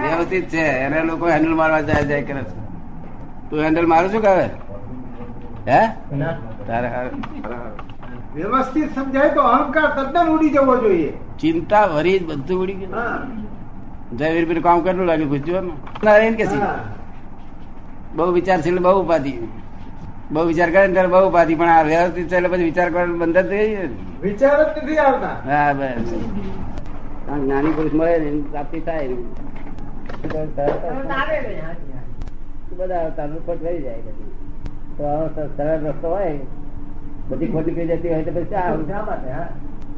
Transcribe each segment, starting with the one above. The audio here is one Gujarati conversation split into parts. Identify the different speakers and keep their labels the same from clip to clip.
Speaker 1: વ્યવસ્થિત છે એને લોકો હેન્ડલ મારવા જાય જાય કરે છે તું હેન્ડલ મારું છું કહે હે તારે હારું.
Speaker 2: વ્યવસ્થિત સમજાય તો અહંકાર તદ્દન ઉડી જવો જોઈએ
Speaker 1: ચિંતા વરી બધું ઉડી ગયું
Speaker 2: હા.
Speaker 1: જય વીરપીર કામ કેટલું લાગ્યું પૂછ્યું એમ નારાયણ કે છે?
Speaker 2: હા.
Speaker 1: બહુ વિચાર છે એટલે બહુ ઉપાધિ બહુ વિચાર કરે ને ત્યારે બહુ ઉપાધિ પણ આ વ્યવસ્થિત છે એટલે પછી વિચાર કરવાનું બંધ જ થઈ ગયું ને.
Speaker 2: વિચાર જ નથી આવતા
Speaker 1: હા બસ આ જ્ઞાની પુરુષ મળે ને એની પ્રાપ્તિ થાય ને. બધા અવતારનું ખોટ થઈ જાય બધી. તો આવો સ- સરળ રસ્તો હોય બધી ખોટી પી જતી હોય તો પછી આ
Speaker 2: શા માટે, હા?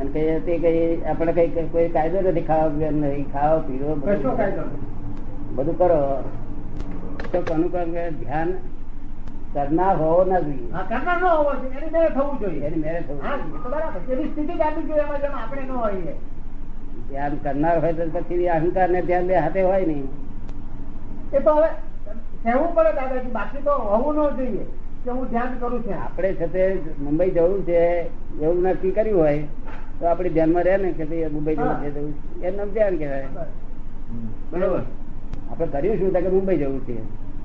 Speaker 1: અને કહીએ તે કઈ આપણે કઈ કોઈ કાયદો નથી ખાવા પીવા નહીં ખાવા પીવો બધું.
Speaker 2: કશો કાયદો નહીં.
Speaker 1: બધું કરો તો કોનું કામ કે ધ્યાન કરનાર હોવો ના જોઈએ
Speaker 2: હા, કરનાર ન હોવો જોઈએ. એની મેળે થવું જોઈએ.
Speaker 1: એની મેરે થવું
Speaker 2: હા,
Speaker 1: જોઈએ.
Speaker 2: એ તો બરાબર છે. એવી સ્થિતિ જ આપી જોઈએ એમાં જેમ આપણે ન હોઈએ.
Speaker 1: ધ્યાન કરનાર હોય તો પછી અહંકાર ને ધ્યાન બે હાથે હોય નહીં
Speaker 2: એ તો હવે કહેવું પડે દાદાજી બાકી તો હોવું ન જોઈએ કે હું ધ્યાન કરું છું આપ
Speaker 1: આપણે છે તે મુંબઈ જવું છે એવું નક્કી કર્યું હોય તો આપણે ધ્યાનમાં રહે ને કે ભાઈ મુંબઈ જવું છે જવું છે. એનું નામ ધ્યાન કહેવાય
Speaker 2: બરાબર.
Speaker 1: આપણે કર્યું શું તો કે મુંબઈ જવું છે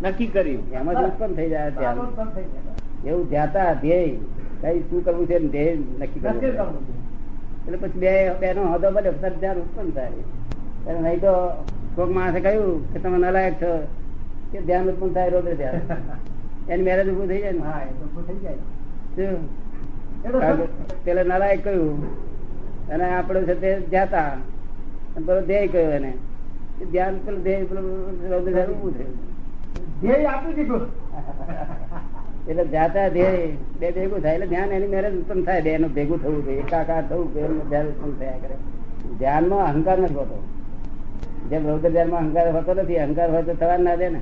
Speaker 2: નક્કી કર્યું
Speaker 1: એમાં જ ઉત્પન્ન થઈ જાય ધ્યાન એવું ધ્યાતા ધ્યેય કઈ શું કરવું છે ને ધ્યેય નક્કી કરવું છે. એટલે પછી બે બેનો હોદો બને તરત ધ્યાન ઉત્પન્ન થાય અને નહીં તો કોઈક માણસે કહ્યું કે તમે નલાયક છો કે ધ્યાન ઉત્પન્ન થાય રોગે ધ્યાન એની મેરેજ ઉભું થઈ જાય ને
Speaker 2: હા, એ તો ઊભું થઈ જાય.
Speaker 1: શું?
Speaker 2: એ તો
Speaker 1: કારણ કે
Speaker 2: સત્ય.
Speaker 1: પેલા નલાયક કહ્યું અને આપણે છે તે જાતા અને પેલો ધ્યેય કહ્યું એને એ ધ્યાન પેલું ધ્યેય પેલું રોગે ધ્યાન ઉભું થયું
Speaker 2: ધ્યેય આપી દીધું
Speaker 1: એટલે જાતા ધ્યેય બે ભેગું થાય એટલે ધ્યાન એની મેરેજ ઉત્પન્ન થાય બે એનું ભેગું થવું જોઈએ એકાકાર થવું જોઈએ એનું ધ્યાન ઉત્પન્ન થયા કરે ધ્યાનમાં અહંકાર નથી હોતો જેમ રૌદ્ર ધ્યાનમાં અહંકાર હોતો નથી અહંકાર હોય તો થવા જ ના દે ને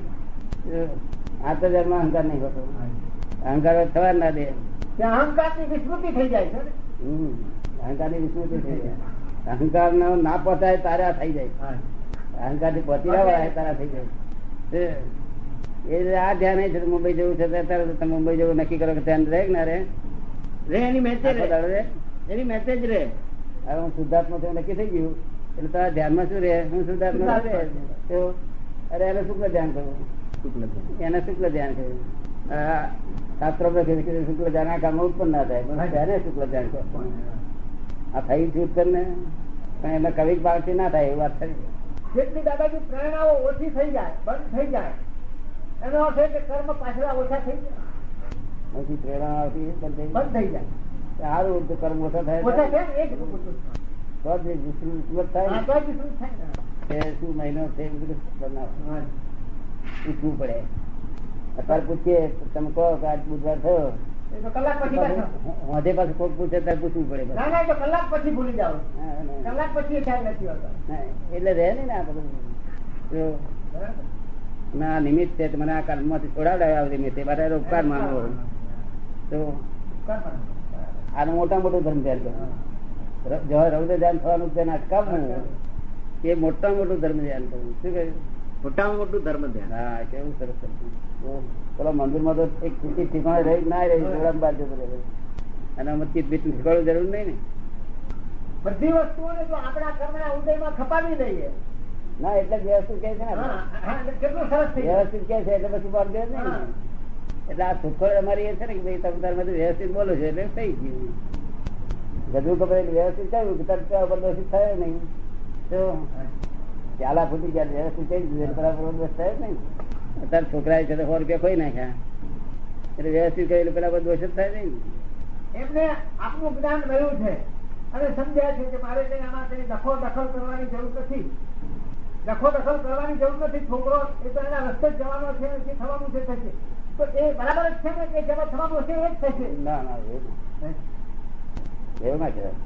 Speaker 1: આત્મ ધ્યાનમાં અહંકાર નહીં હોતો અહંકાર હોય તો થવા જ ના દે
Speaker 2: ત્યાં અહંકારની વિસ્મૃતિ થઈ જાય છે ને.
Speaker 1: હમ. અહંકારની વિસ્મૃતિ થઈ જાય અહંકાર ના પહોંચાય તારે આ થઈ જાય અહંકાર થી પહોંચી રહ્યા તારા થઈ જાય તે- એ રીતે આ ધ્યાન એ છે કે મુંબઈ જવું છે તો અત્યારે તો તમે મુંબઈ જવું નક્કી કરો કે ધ્યાન રહે કે ના રહે
Speaker 2: રે એની મેસેજ
Speaker 1: આખો દાડો રહે
Speaker 2: એની મેસેજ રે
Speaker 1: હવે હું શુદ્ધાત્મા છું એવું નક્કી થઈ ગયું એટલે તારા ધ્યાનમાં શું રહે હું શુદ્ધાત્મા છું રહે તો અરે એને શુક્લ ધ્યાન કહ્યું એને શુક્લ ધ્યાન કહ્યું આ શાસ્ત્રો માં કહ્યું કે શુક્લ ધ્યાન આ કામ ઉત્પન્ન ના થાય પણ એને શુક્લ ધ્યાન કહ્યું આ થઈ જ ઉત્પન્ન ને પણ એમાં કવિ બાળતી ના થાય એવું વાત થઈ
Speaker 2: જેટલી દાદાજી પ્રેરણાઓ ઓછી થઈ જાય બંધ થઈ જાય એનો અર્થ એ કે કર્મ પાછળ ઓછા થઈ જાય
Speaker 1: પછી પ્રેરણા આવતી બંધ થઈ
Speaker 2: બંધ થઈ જાય
Speaker 1: સારું તો કર્મ ઓછા થાય
Speaker 2: ઓછા છે ને, એ જ કહું છું.
Speaker 1: તો જ વિસ્તૃત ઉત્પન્ન થાય
Speaker 2: હા,
Speaker 1: ને.
Speaker 2: તો જ શું થાય ને?
Speaker 1: એ શું મહિનો છે એ બધું બનાવો.
Speaker 2: હા.
Speaker 1: પૂછવું પડે અત્યારે પૂછીએ તો તમે કહો કે આજ બુધવાર થયો
Speaker 2: એ તો કલાક પછી પાછો.
Speaker 1: વાંધે પાછું કોક પૂછે ત્યારે પૂછવું પડે
Speaker 2: ના
Speaker 1: પાછું.
Speaker 2: ના એ તો કલાક પછી ભૂલી જાવ
Speaker 1: હા, ના.
Speaker 2: કલાક પછી એ ખ્યાલ નથી હોતો
Speaker 1: ના, એટલે રહે ને આ બધું જો,
Speaker 2: બરાબર?
Speaker 1: અને આ નિમિત્ત છે તો મને આ કર્મમાંથી છોડાવડાવ્યા આ નિમિત્તે મારે એનો ઉપકાર માનવો તો
Speaker 2: ઉપકાર માનવો. બરાબર.
Speaker 1: આનું મોટા મોટું ધર્મ ધ્યાન કરવું ર- જો રૌદ્ર ધ્યાન થવાનું ધ્યાન અટકાવવું એ મોટા મોટું ધર્મ ધ્યાન કરવું શું કહ્યું
Speaker 3: મોટામાં મોટું ધર્મ ધ્યાન
Speaker 1: હા કેવું સરસ હતું. તો પેલા મંદિરમાં તો એક ચીટી ઠીકાણે રહી ના રહી જોડાણ બાદ જતું રહે અને આમાં ચીટ બીટ શીખવાડવું જરૂર નહીં ને
Speaker 2: બધી વસ્તુઓને જો આપણા કર્મના ઉદયમાં ખપાવી દઈએ
Speaker 1: ના એટલે જ વ્યવસ્થિત કહે છે ને
Speaker 2: હા, હા, એટલે કેટલું સરસ થઈ જાય.
Speaker 1: વ્યવસ્થિત કહે છે એટલે પછી પાડી દે નહીં
Speaker 2: હા.
Speaker 1: ને. એટલે આ સુખડ અમારી એ છે ને કે ભાઈ તમે તારે બધું વ્યવસ્થિત બોલો છો એટલે થઈ ગયું ગધું ખબર એટલે વ્યવસ્થિત કહ્યું કે તરત ત્યાં ઉપર દોષિત થયો નહીં તો ચાલા ફૂટી ગયા વ્યવસ્થિત કહી દીધું એટલે પેલા ઉપર દોષ થયો જ નહીં અત્યારે છોકરાએ છે તો સો રૂપિયા ખોઈ નાખ્યા એટલે વ્યવસ્થિત કહ્યું એટલે પેલા પર દોષ જ થાય નહીં ને.
Speaker 2: એમને આપનું જ્ઞાન રહ્યું છે અને સમજ્યા છે કે મારે કઈ આમાં કઈ દખો દખલ કરવાની જરૂર નથી દખો દખલ કરવાની જરૂર નથી છોકરો એ તો એના રસ્તે જ જવાનો છે જે થવાનું છે થશે તો એ બરાબર જ છે ને કે જેમાં થવાનું હશે એ જ થશે
Speaker 1: ના ના એવું ના. એવું ના કહેવાય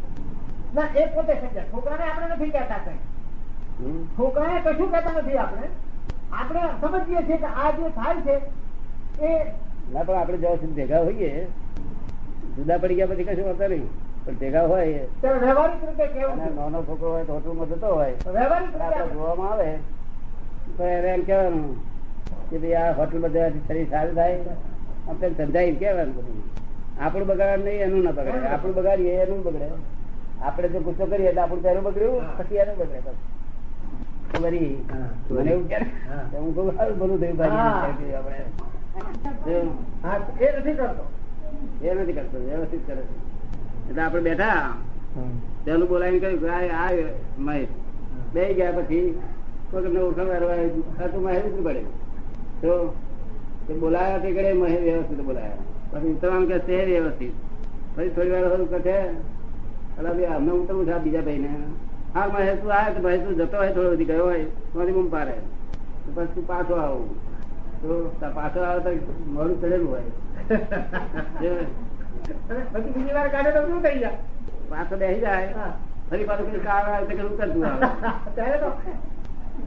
Speaker 2: ના એ પોતે સમજ્યા છોકરાને આપણે નથી કહેતા કઈ
Speaker 1: હમ?
Speaker 2: છોકરાને કશું કહેતા નથી આપણે આપણે સમજીએ છીએ કે આ જે થાય છે એ
Speaker 1: ના પણ આપણે જ્યાં સુધી ભેગા હોઈએ જુદા પડી ગયા પછી કશું હોતા નહીં પણ ભેગા હોય
Speaker 2: ત્યારે વ્યવહારિક રીતે કેવું
Speaker 1: અને નાનો છોકરો હોય તો હોટલ માં જતો હોય
Speaker 2: વ્યવહારિક રીતે
Speaker 1: રાત્રે
Speaker 2: આપણે-
Speaker 1: જોવામાં આવે તો એને એમ કહેવાનું કે ભાઈ આ હોટલ માં જવાથી શરીર સારું થાય આમ તેમ સમજાય કહેવાનું બધું આપણું બગાડ નહીં એનું ના બગડે આપણું બગાડીએ એનું બગડે આપણે જો ગુસ્સો કરીએ એટલે આપણું પહેલું બગડ્યું પછી એનું બગડે બસ વરી.
Speaker 2: હા.
Speaker 1: મને એવું કે
Speaker 2: હા.
Speaker 1: હું કહું સારું ભલું થયું
Speaker 2: હા.
Speaker 1: ભાઈ આપણે તો
Speaker 2: હા, એ નથી કરતો
Speaker 1: એ નથી કરતો વ્યવસ્થિત કરે છે એટલે આપણે બેઠા પેલું બોલાવીને કહ્યું કે આ આ મહેશ બે ગયા પછી કોઈને ઓળખાણ કરવા આવ્યું. આ તો મહેશ જ પડે તો તે બોલાયા તે કરે મહેશ વ્યવસ્થિત બોલાયા પછી ઉતરવાનું કે તે વ્યવસ્થિત પછી થોડી વાર હતું કહે અલા ભાઈ અમને ઉતરવું છે આ બીજા ભાઈને હા મહેશ તું આવ્યો તો ભાઈ તું જતો હોય થોડો બધી ગયો હોય તમારી બૂમ પાડે તો પછી તું પાછો આવું તો તા પાછો આવે તો મોડું ચડેલું હોય જે
Speaker 2: અને પછી બીજી વાર કાઢે તો શું થઈ જાય
Speaker 1: પાછો બેસી જાય
Speaker 2: હા.
Speaker 1: ફરી પાછું કઈ કામ આવે તો કઈ કરતું આવે
Speaker 2: ત્યારે તો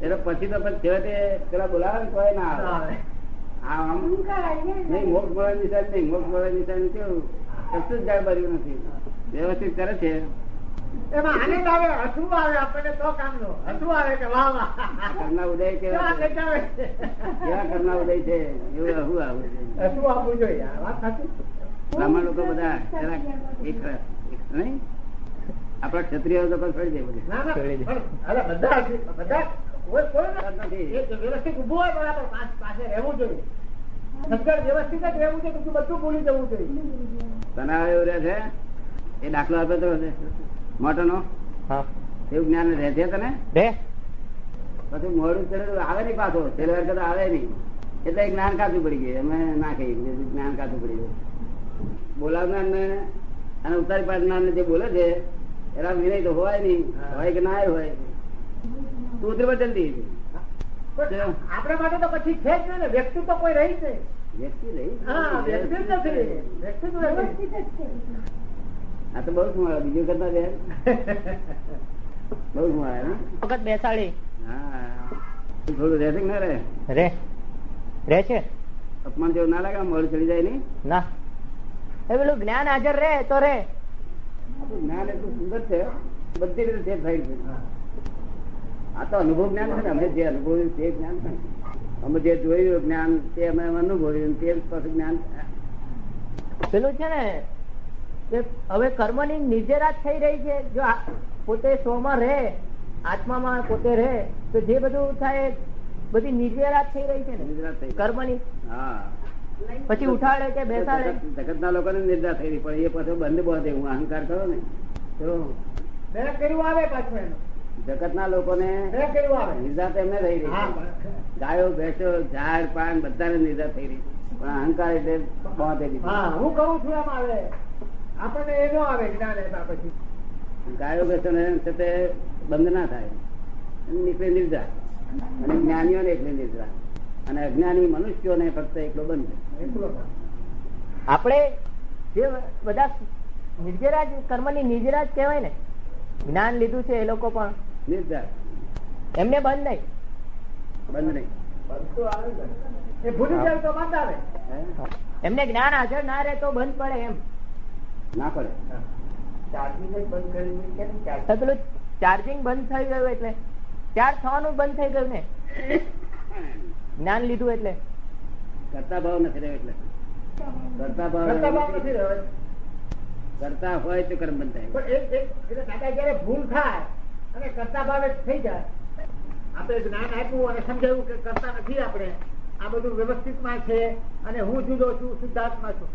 Speaker 1: એટલે પછી તો પછી છેવટે પેલા બોલાવે ને તોય ના
Speaker 2: ના
Speaker 1: આવે
Speaker 2: આવે.
Speaker 1: આ આમ નહીં મોક્ષ મળવાની નિશાની નહીં મોક્ષ મળવાની નિશાની કેવું કશું જ જાણબાર્યું નથી વ્યવસ્થિત કરે છે
Speaker 2: એમાં આનંદ આવે હસવું આવે આપણને તો કામનું હસવું આવે કે વાહ વાહ
Speaker 1: કરના ઉદય કેવા
Speaker 2: કેવા
Speaker 1: છે?
Speaker 2: કંટાળે છે.
Speaker 1: કેવા કરના ઉદય છે એવું આવું આવું છે
Speaker 2: હસવું આપવું જોઈએ આ વાત સાચી
Speaker 1: બ્રાહ્મણ લોકો બધા જરાક એક રસ, એક રસ, નહીં આપણા ક્ષત્રિય તો પણ ફરી જાય બધું
Speaker 2: ના ના પણ અરે બધા હસી- બધા કોઈ કોઈ ના
Speaker 1: નથી.
Speaker 2: એ વ્યવસ્થિત ઊભું હોય બરાબર પાસ- પાસે રહેવું જોઈએ સમજણ વ્યવસ્થિત જ રહેવું જોઈએ બીજું બધું ભૂલી જવું જોઈએ
Speaker 1: તનાવ એવું રહે છે એ દાખલો આપ્યો તો મોટો નો
Speaker 4: હા
Speaker 1: એવું જ્ઞાન રહે છે તને
Speaker 4: બે
Speaker 1: પછી મોડું ચડેલું આવે નહીં પાછો છેલ્લે વાર કરતા આવે નહીં એટલે જ્ઞાન કાચું પડી ગયું અમે ના કહીએ બીજું જ્ઞાન કાચું પડી ગયું બોલાવનારને અને ઉતારી પાડનારને જે બોલે છે એના વિનય તો હોય નહીં
Speaker 2: હા.
Speaker 1: હોય કે ના હોય તું ઉતરી પડ જલ્દી
Speaker 2: પણ આપણા માટે તો પછી છે જ નહીં ને વ્યક્તિ તો કોઈ રહી જ નહીં
Speaker 1: વ્યક્તિ રહી
Speaker 2: હા વ્યક્તિ જ નથી વ્યક્તિ જ નથી
Speaker 1: આ તો બહુ સુમાળા બીજું કરતા બેન બહુ સુમાળા
Speaker 4: વખત બેસાડી
Speaker 1: હા થોડું રહેશે કે ના રહે
Speaker 4: રે રે છે
Speaker 1: અપમાન જેવું ના લાગે મોડું ચડી જાય નહીં
Speaker 4: ના એ પેલું જ્ઞાન હાજર રે તો રે
Speaker 1: આપણું જ્ઞાન એટલું સુંદર છે બધી રીતે સેફ થાય છે આ તો અનુભવ જ્ઞાન છે ને અમે જે અનુભવ્યું તે જ્ઞાન છે ને. અમે જે જોયું જ્ઞાન તે અમે અનુભવ્યું તે પાછું જ્ઞાન
Speaker 4: પેલું છે ને કે હવે કર્મની નિર્જરાત થઈ રહી છે જો આ- પોતે સ્વમાં રહે આત્મામાં પોતે રહે તો જે બધું થાય એ બધી નિર્જરાત થઈ રહી છે ને
Speaker 1: નિદ્રા થઈ ગઈ.
Speaker 4: કર્મની
Speaker 1: હા
Speaker 4: પછી ઉઠાડે કે બેસાડે
Speaker 1: જગત ના લોકો ને નિદ્રા થઈ ગઈ. પણ એ પાછો બંધ બોધે હું અહંકાર કરો ને તો
Speaker 2: મેં કર્યું આવે પાછું એનું
Speaker 1: જગત ના લોકો ને
Speaker 2: મેં કર્યું આવે
Speaker 1: નિદ્રા તો એમને થઈ રહી
Speaker 2: હા
Speaker 1: છે. ગાયો ભેંસો ઝાડ પાન બધાને નિદ્રા થઈ રહી છે. પણ અહંકાર એટલે બોધે
Speaker 2: હા હું કરું છું એમ આવે આપણને એ ન આવે જ્ઞાન એના પછી
Speaker 1: ગાયો બેસો ને સાથે બંધ ના થાય અને નીકળે નિદ્રા અને જ્ઞાનીઓને એકલી નિદ્રા અને અજ્ઞાની મનુષ્યોને ફક્ત એકલો બંધ
Speaker 2: એટલો જ.
Speaker 4: આપણે જે બધા નિર્જરાજ કર્મની નિર્જરાજ કહેવાય ને જ્ઞાન લીધું છે એ લોકો પણ
Speaker 1: નિદ્રા
Speaker 4: એમને બંધ નહીં
Speaker 1: બંધ નહીં
Speaker 2: એ ભૂલી જાય તો વાત આવે
Speaker 1: હે?
Speaker 4: એમને જ્ઞાન હાજર ના રહે તો બંધ પડે એમ
Speaker 1: ના પડે
Speaker 4: તો પેલું ચાર્જિંગ બંધ થઈ ગયું એટલે ચાર્જ થવાનું બંધ થઈ ગયું ને જ્ઞાન લીધું એટલે
Speaker 1: કરતા ભાવ નથી રહ્યો એટલે કરતા ભાવ
Speaker 2: કરતા
Speaker 1: રહ્યો
Speaker 2: બાપ નથી
Speaker 1: નથી.
Speaker 2: રહ્યો.
Speaker 1: કરતા હોય તો કર્મ બંધ થાય
Speaker 2: પણ એક- એક- એટલે દાદા જ્યારે ભૂલ થાય અને કરતા ભાવે થઈ જાય આપણે જ્ઞાન આપ્યું અને સમજાયું કે કરતા નથી આપણે આ બધું વ્યવસ્થિતમાં છે અને હું જુદો છું શુદ્ધાત્મા છું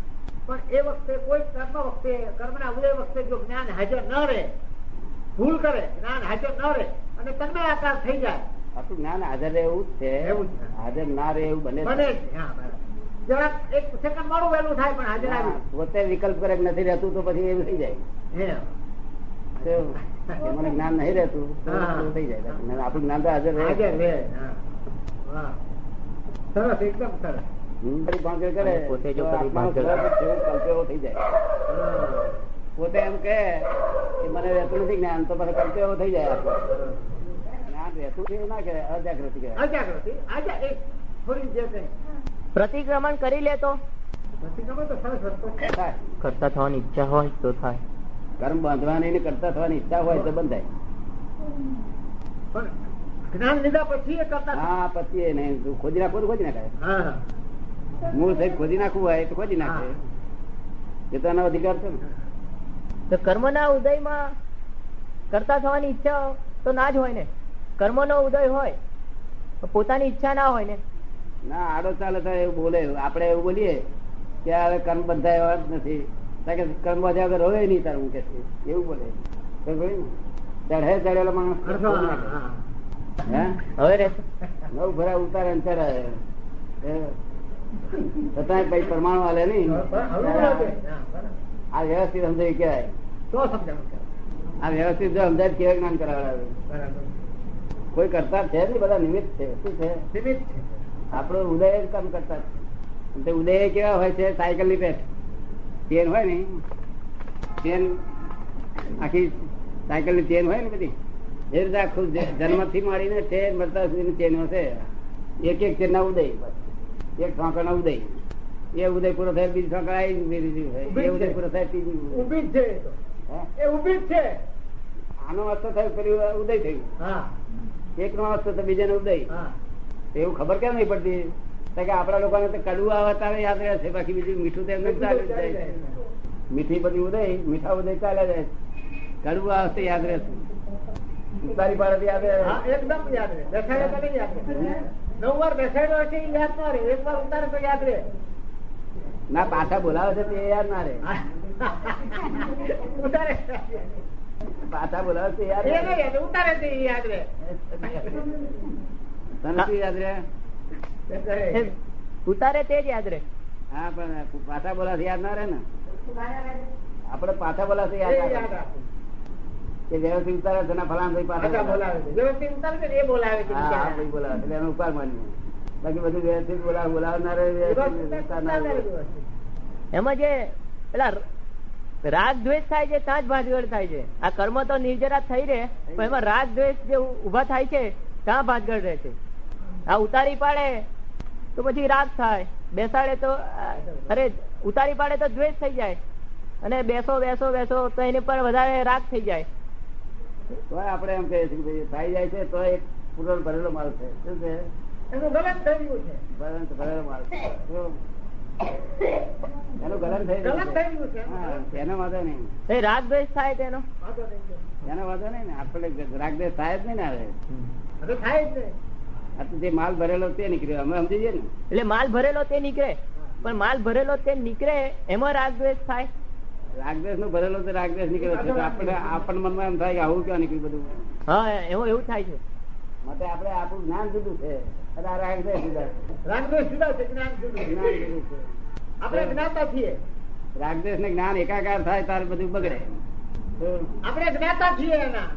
Speaker 2: પણ એ વખતે કોઈ કર્મ વખતે કર્મના ઉદય વખતે જો જ્ઞાન હાજર ન રહે ભૂલ કરે જ્ઞાન હાજર ન રહે અને તન્મય આકાર થઈ જાય
Speaker 1: આપણું જ્ઞાન હાજર રહે એવું જ છે
Speaker 2: એવું જ છે.
Speaker 1: હાજર ના રહે એવું બને
Speaker 2: બને જ નહીં. હા, બરાબર. જરાક એક સેકન્ડ મોડું વહેલું થાય પણ હાજર
Speaker 1: હા,
Speaker 2: આવી
Speaker 1: પોતે વિકલ્પ કરે કે નથી રહેતું તો પછી એવું થઈ જાય
Speaker 2: હે.
Speaker 1: કેવું? કે મને જ્ઞાન નહીં રહેતું તો
Speaker 2: હા.
Speaker 1: એવું થઈ જાય આપણું જ્ઞાન તો હાજર રહે
Speaker 2: હાજર રહે હા. વાહ. સરસ એકદમ સરસ
Speaker 1: ફરી ભાંગર કરે
Speaker 4: અને પોતે જો
Speaker 1: તો
Speaker 4: ફરી
Speaker 1: આત્માનો
Speaker 4: ભાંગર
Speaker 1: સ્વભાવ જ જેવો કલ્પ્યો એવો થઈ જાય
Speaker 2: હા.
Speaker 1: પોતે એમ કહે કે મને રહેતું નથી જ્ઞાન તો મને કલ્પ્યો એવો થઈ જાય આત્મા. જ્ઞાન રહેતું છે એવું ના કહેવાય અજાગૃતિ કહેવાય
Speaker 2: અજાગૃતિ આજા એક થોડી જે કંઈ.
Speaker 4: પ્રતિક્રમણ કરી લે તો
Speaker 2: પ્રતિક્રમણ તો સરસ રસ્તો છે.
Speaker 1: થાય.
Speaker 4: કરતા થવાની ઈચ્છા હોય તો થાય
Speaker 1: કર્મ બાંધવાની ને કરતા થવાની ઈચ્છા હોય તો બંધાય
Speaker 2: પણ જ્ઞાન લીધા પછી એ કરતા હા
Speaker 1: હા પછી એને ખોદી નાખવું હોય તો ખોદી નાખાય
Speaker 2: હા.
Speaker 1: મૂળ સહિત ખોદી નાખવું હોય તો ખોદી નાખે એ તો એનો અધિકાર છે ને.
Speaker 4: તો કર્મના ઉદયમાં કરતા થવાની ઈચ્છા તો ના જ હોય ને કર્મનો ઉદય હોય પણ પોતાની ઈચ્છા ના હોય ને
Speaker 1: ના આડો ચાલે તો એવું બોલે આપણે એવું બોલીએ કે આ હવે કર્મ બંધાય એવા જ નથી કારણ કે કર્મ બધા વગર હોય નહીં તારું હું કે છે. એવું બોલે ખબર પડી ને? ચઢે ચડેલો માણસ હે
Speaker 4: હવે રહેશે
Speaker 1: નવ ભરા ઉતારે ને ચઢે હે? છતાંય પછી પરમાણુ હાલે નહીં આ વ્યવસ્થિત સમજાય કહેવાય
Speaker 2: તો સમજાવું છું.
Speaker 1: આ વ્યવસ્થિત જો સમજાય કેવા જ્ઞાન કરાવડાવે
Speaker 2: બરાબર
Speaker 1: કોઈ કરતા છે નહીં બધા નિમિત્ત છે શું છે
Speaker 2: સીમિત છે
Speaker 1: આપણો ઉદય જ કામ કરતા છે અને તે ઉદય કેવા હોય છે સાયકલ ની પેટ ચેન હોય ને ચેન આખી સાયકલ ની ચેન હોય ને બધી એ રીતે આખું જન્મ થી મળીને ચેન મળતા સુધી ચેન હશે એક એક ચેન ના ઉદય બસ એક સાંકળ ના ઉદય એ ઉદય પૂરો થાય બીજી સાંકળ આવી બીજી બીજી થાય. એ ઉદય પૂરો થાય ત્રીજી ઉદય.
Speaker 2: ઊભી જ છે એ તો.
Speaker 1: હે?
Speaker 2: એ ઊભી જ છે
Speaker 1: આનો અસ્ત થયો પેલું ઉદય થયું
Speaker 2: હા
Speaker 1: એક નો અસ્ત તો બીજાનો ઉદય
Speaker 2: હા
Speaker 1: એવું ખબર કેમ નહીં પડતી કારણ કે આપણા લોકોને તો કડવું આવતા યાદ રહે છે બાકી બીજું મીઠું તો એમને ચાલે જ જાય છે. મીઠી બધી ઉદય મીઠા ઉદય ચાલ્યા જાય છે. કડવું આવશે યાદ રહે છે. ઉતારી પાડે યાદ રહે
Speaker 2: હા, એકદમ યાદ રહે બેસાડે તો નહીં યાદ રહે નવ વાર બેસાડ્યો હશે એ યાદ ના રહે એક વાર ઉતારે તો યાદ રહે
Speaker 1: ના પાછા બોલાવે છે તે યાદ ના રહે
Speaker 2: ઉતારે
Speaker 1: પાછા બોલાવે છે યાદ
Speaker 2: એ
Speaker 1: રહે
Speaker 2: નહીં યાદ ઉતારે તો એ યાદ રહે
Speaker 1: તને શું યાદ રહે
Speaker 4: એમ, ઉતારે તે જ યાદ રહે
Speaker 1: હા પણ પાછા બોલાવે યાદ ના રહે ને
Speaker 5: બરાબર
Speaker 1: આપડે પાછા બોલાવે
Speaker 2: એ
Speaker 1: યાદ ના
Speaker 2: યાદ
Speaker 1: રહે
Speaker 2: રાખે.
Speaker 1: કે વ્યવસ્થિત ઉતારે છે ને ફલાણા ભાઈ
Speaker 2: પાછા
Speaker 1: પાછા બોલાવે
Speaker 2: બોલાવે છે વ્યવસ્થિત ઉતારે છે એ બોલાવે છે
Speaker 1: હા હા
Speaker 2: બિચારા.
Speaker 1: ભાઈ બોલાવે એટલે એનો ઉપાય માનીએ બાકી બધું વ્યવસ્થિત બોલાવે બોલાવનારે
Speaker 2: વ્યવસ્થિત
Speaker 1: વ્યવસ્થિત
Speaker 2: ઉતારે
Speaker 1: ઉતારનારે.
Speaker 2: વ્યવસ્થિત.
Speaker 4: એમાં જે પેલા રાગ દ્વેષ થાય છે ત્યાં જ ભાંજગડ થાય છે આ કર્મ તો નિર્જરા જ થઈ રહે પણ એમાં રાગ દ્વેષ જે ઉભા થાય છે ત્યાં ભાંજગડ રહે છે આ ઉતારી પાડે તો પછી રાગ થાય બેસાડે તો અ, અરે ઉતારી પાડે તો દ્વેષ થઈ જાય અને બેસો બેસો બેસો તો એની પર વધારે રાગ થઈ જાય
Speaker 1: તો આપણે એમ કહીએ છીએ કે ભાઈ થાય જાય છે તો એક પૂરણ ભરેલો માલ છે શું છે
Speaker 2: એનું ગલત થઈ ગયું છે
Speaker 1: ભરણ ભરેલો માલ છે શું? એનું ગલન થઈ
Speaker 2: ગલત
Speaker 1: ગયું
Speaker 2: થઈ ગયું
Speaker 1: છે
Speaker 2: છે
Speaker 1: હા, તેનો વાંધો નહીં
Speaker 4: એ રાગ દ્વેષ થાય તેનો
Speaker 2: વાંધો નહીં.
Speaker 1: એનો વાંધો નહીં ને આપણે રાગદેશ થાય જ નહીં ને હવે
Speaker 2: હવે થાય જ નહીં
Speaker 1: આ તો જે માલ ભરેલો તે નીકળ્યો અમે સમજી જઈએ ને
Speaker 4: એટલે માલ ભરેલો તે નીકળે પણ માલ ભરેલો તે નીકળે એમાં રાગ દ્વેષ થાય
Speaker 1: રાગદેશ નું ભરેલો તો રાગદેશ નીકળ્યો છે તો આપણે આપણ મનમાં એમ થાય કે આવું ક્યાં નીકળ્યું બધું
Speaker 4: હા એવું એવું થાય છે
Speaker 1: માટે આપણે આપણું જ્ઞાન જુદું છે અને આ રાગદેશ જુદા છે.
Speaker 2: રાગદ્વેષ જુદા છે જ્ઞાન જુદું છે.
Speaker 1: જ્ઞાન જુદું છે
Speaker 2: આપણે જ્ઞાતા છીએ
Speaker 1: રાગદેશ ને જ્ઞાન એકાકાર થાય તારે બધું બગડે તો
Speaker 2: આપણે જ્ઞાતા છીએ એના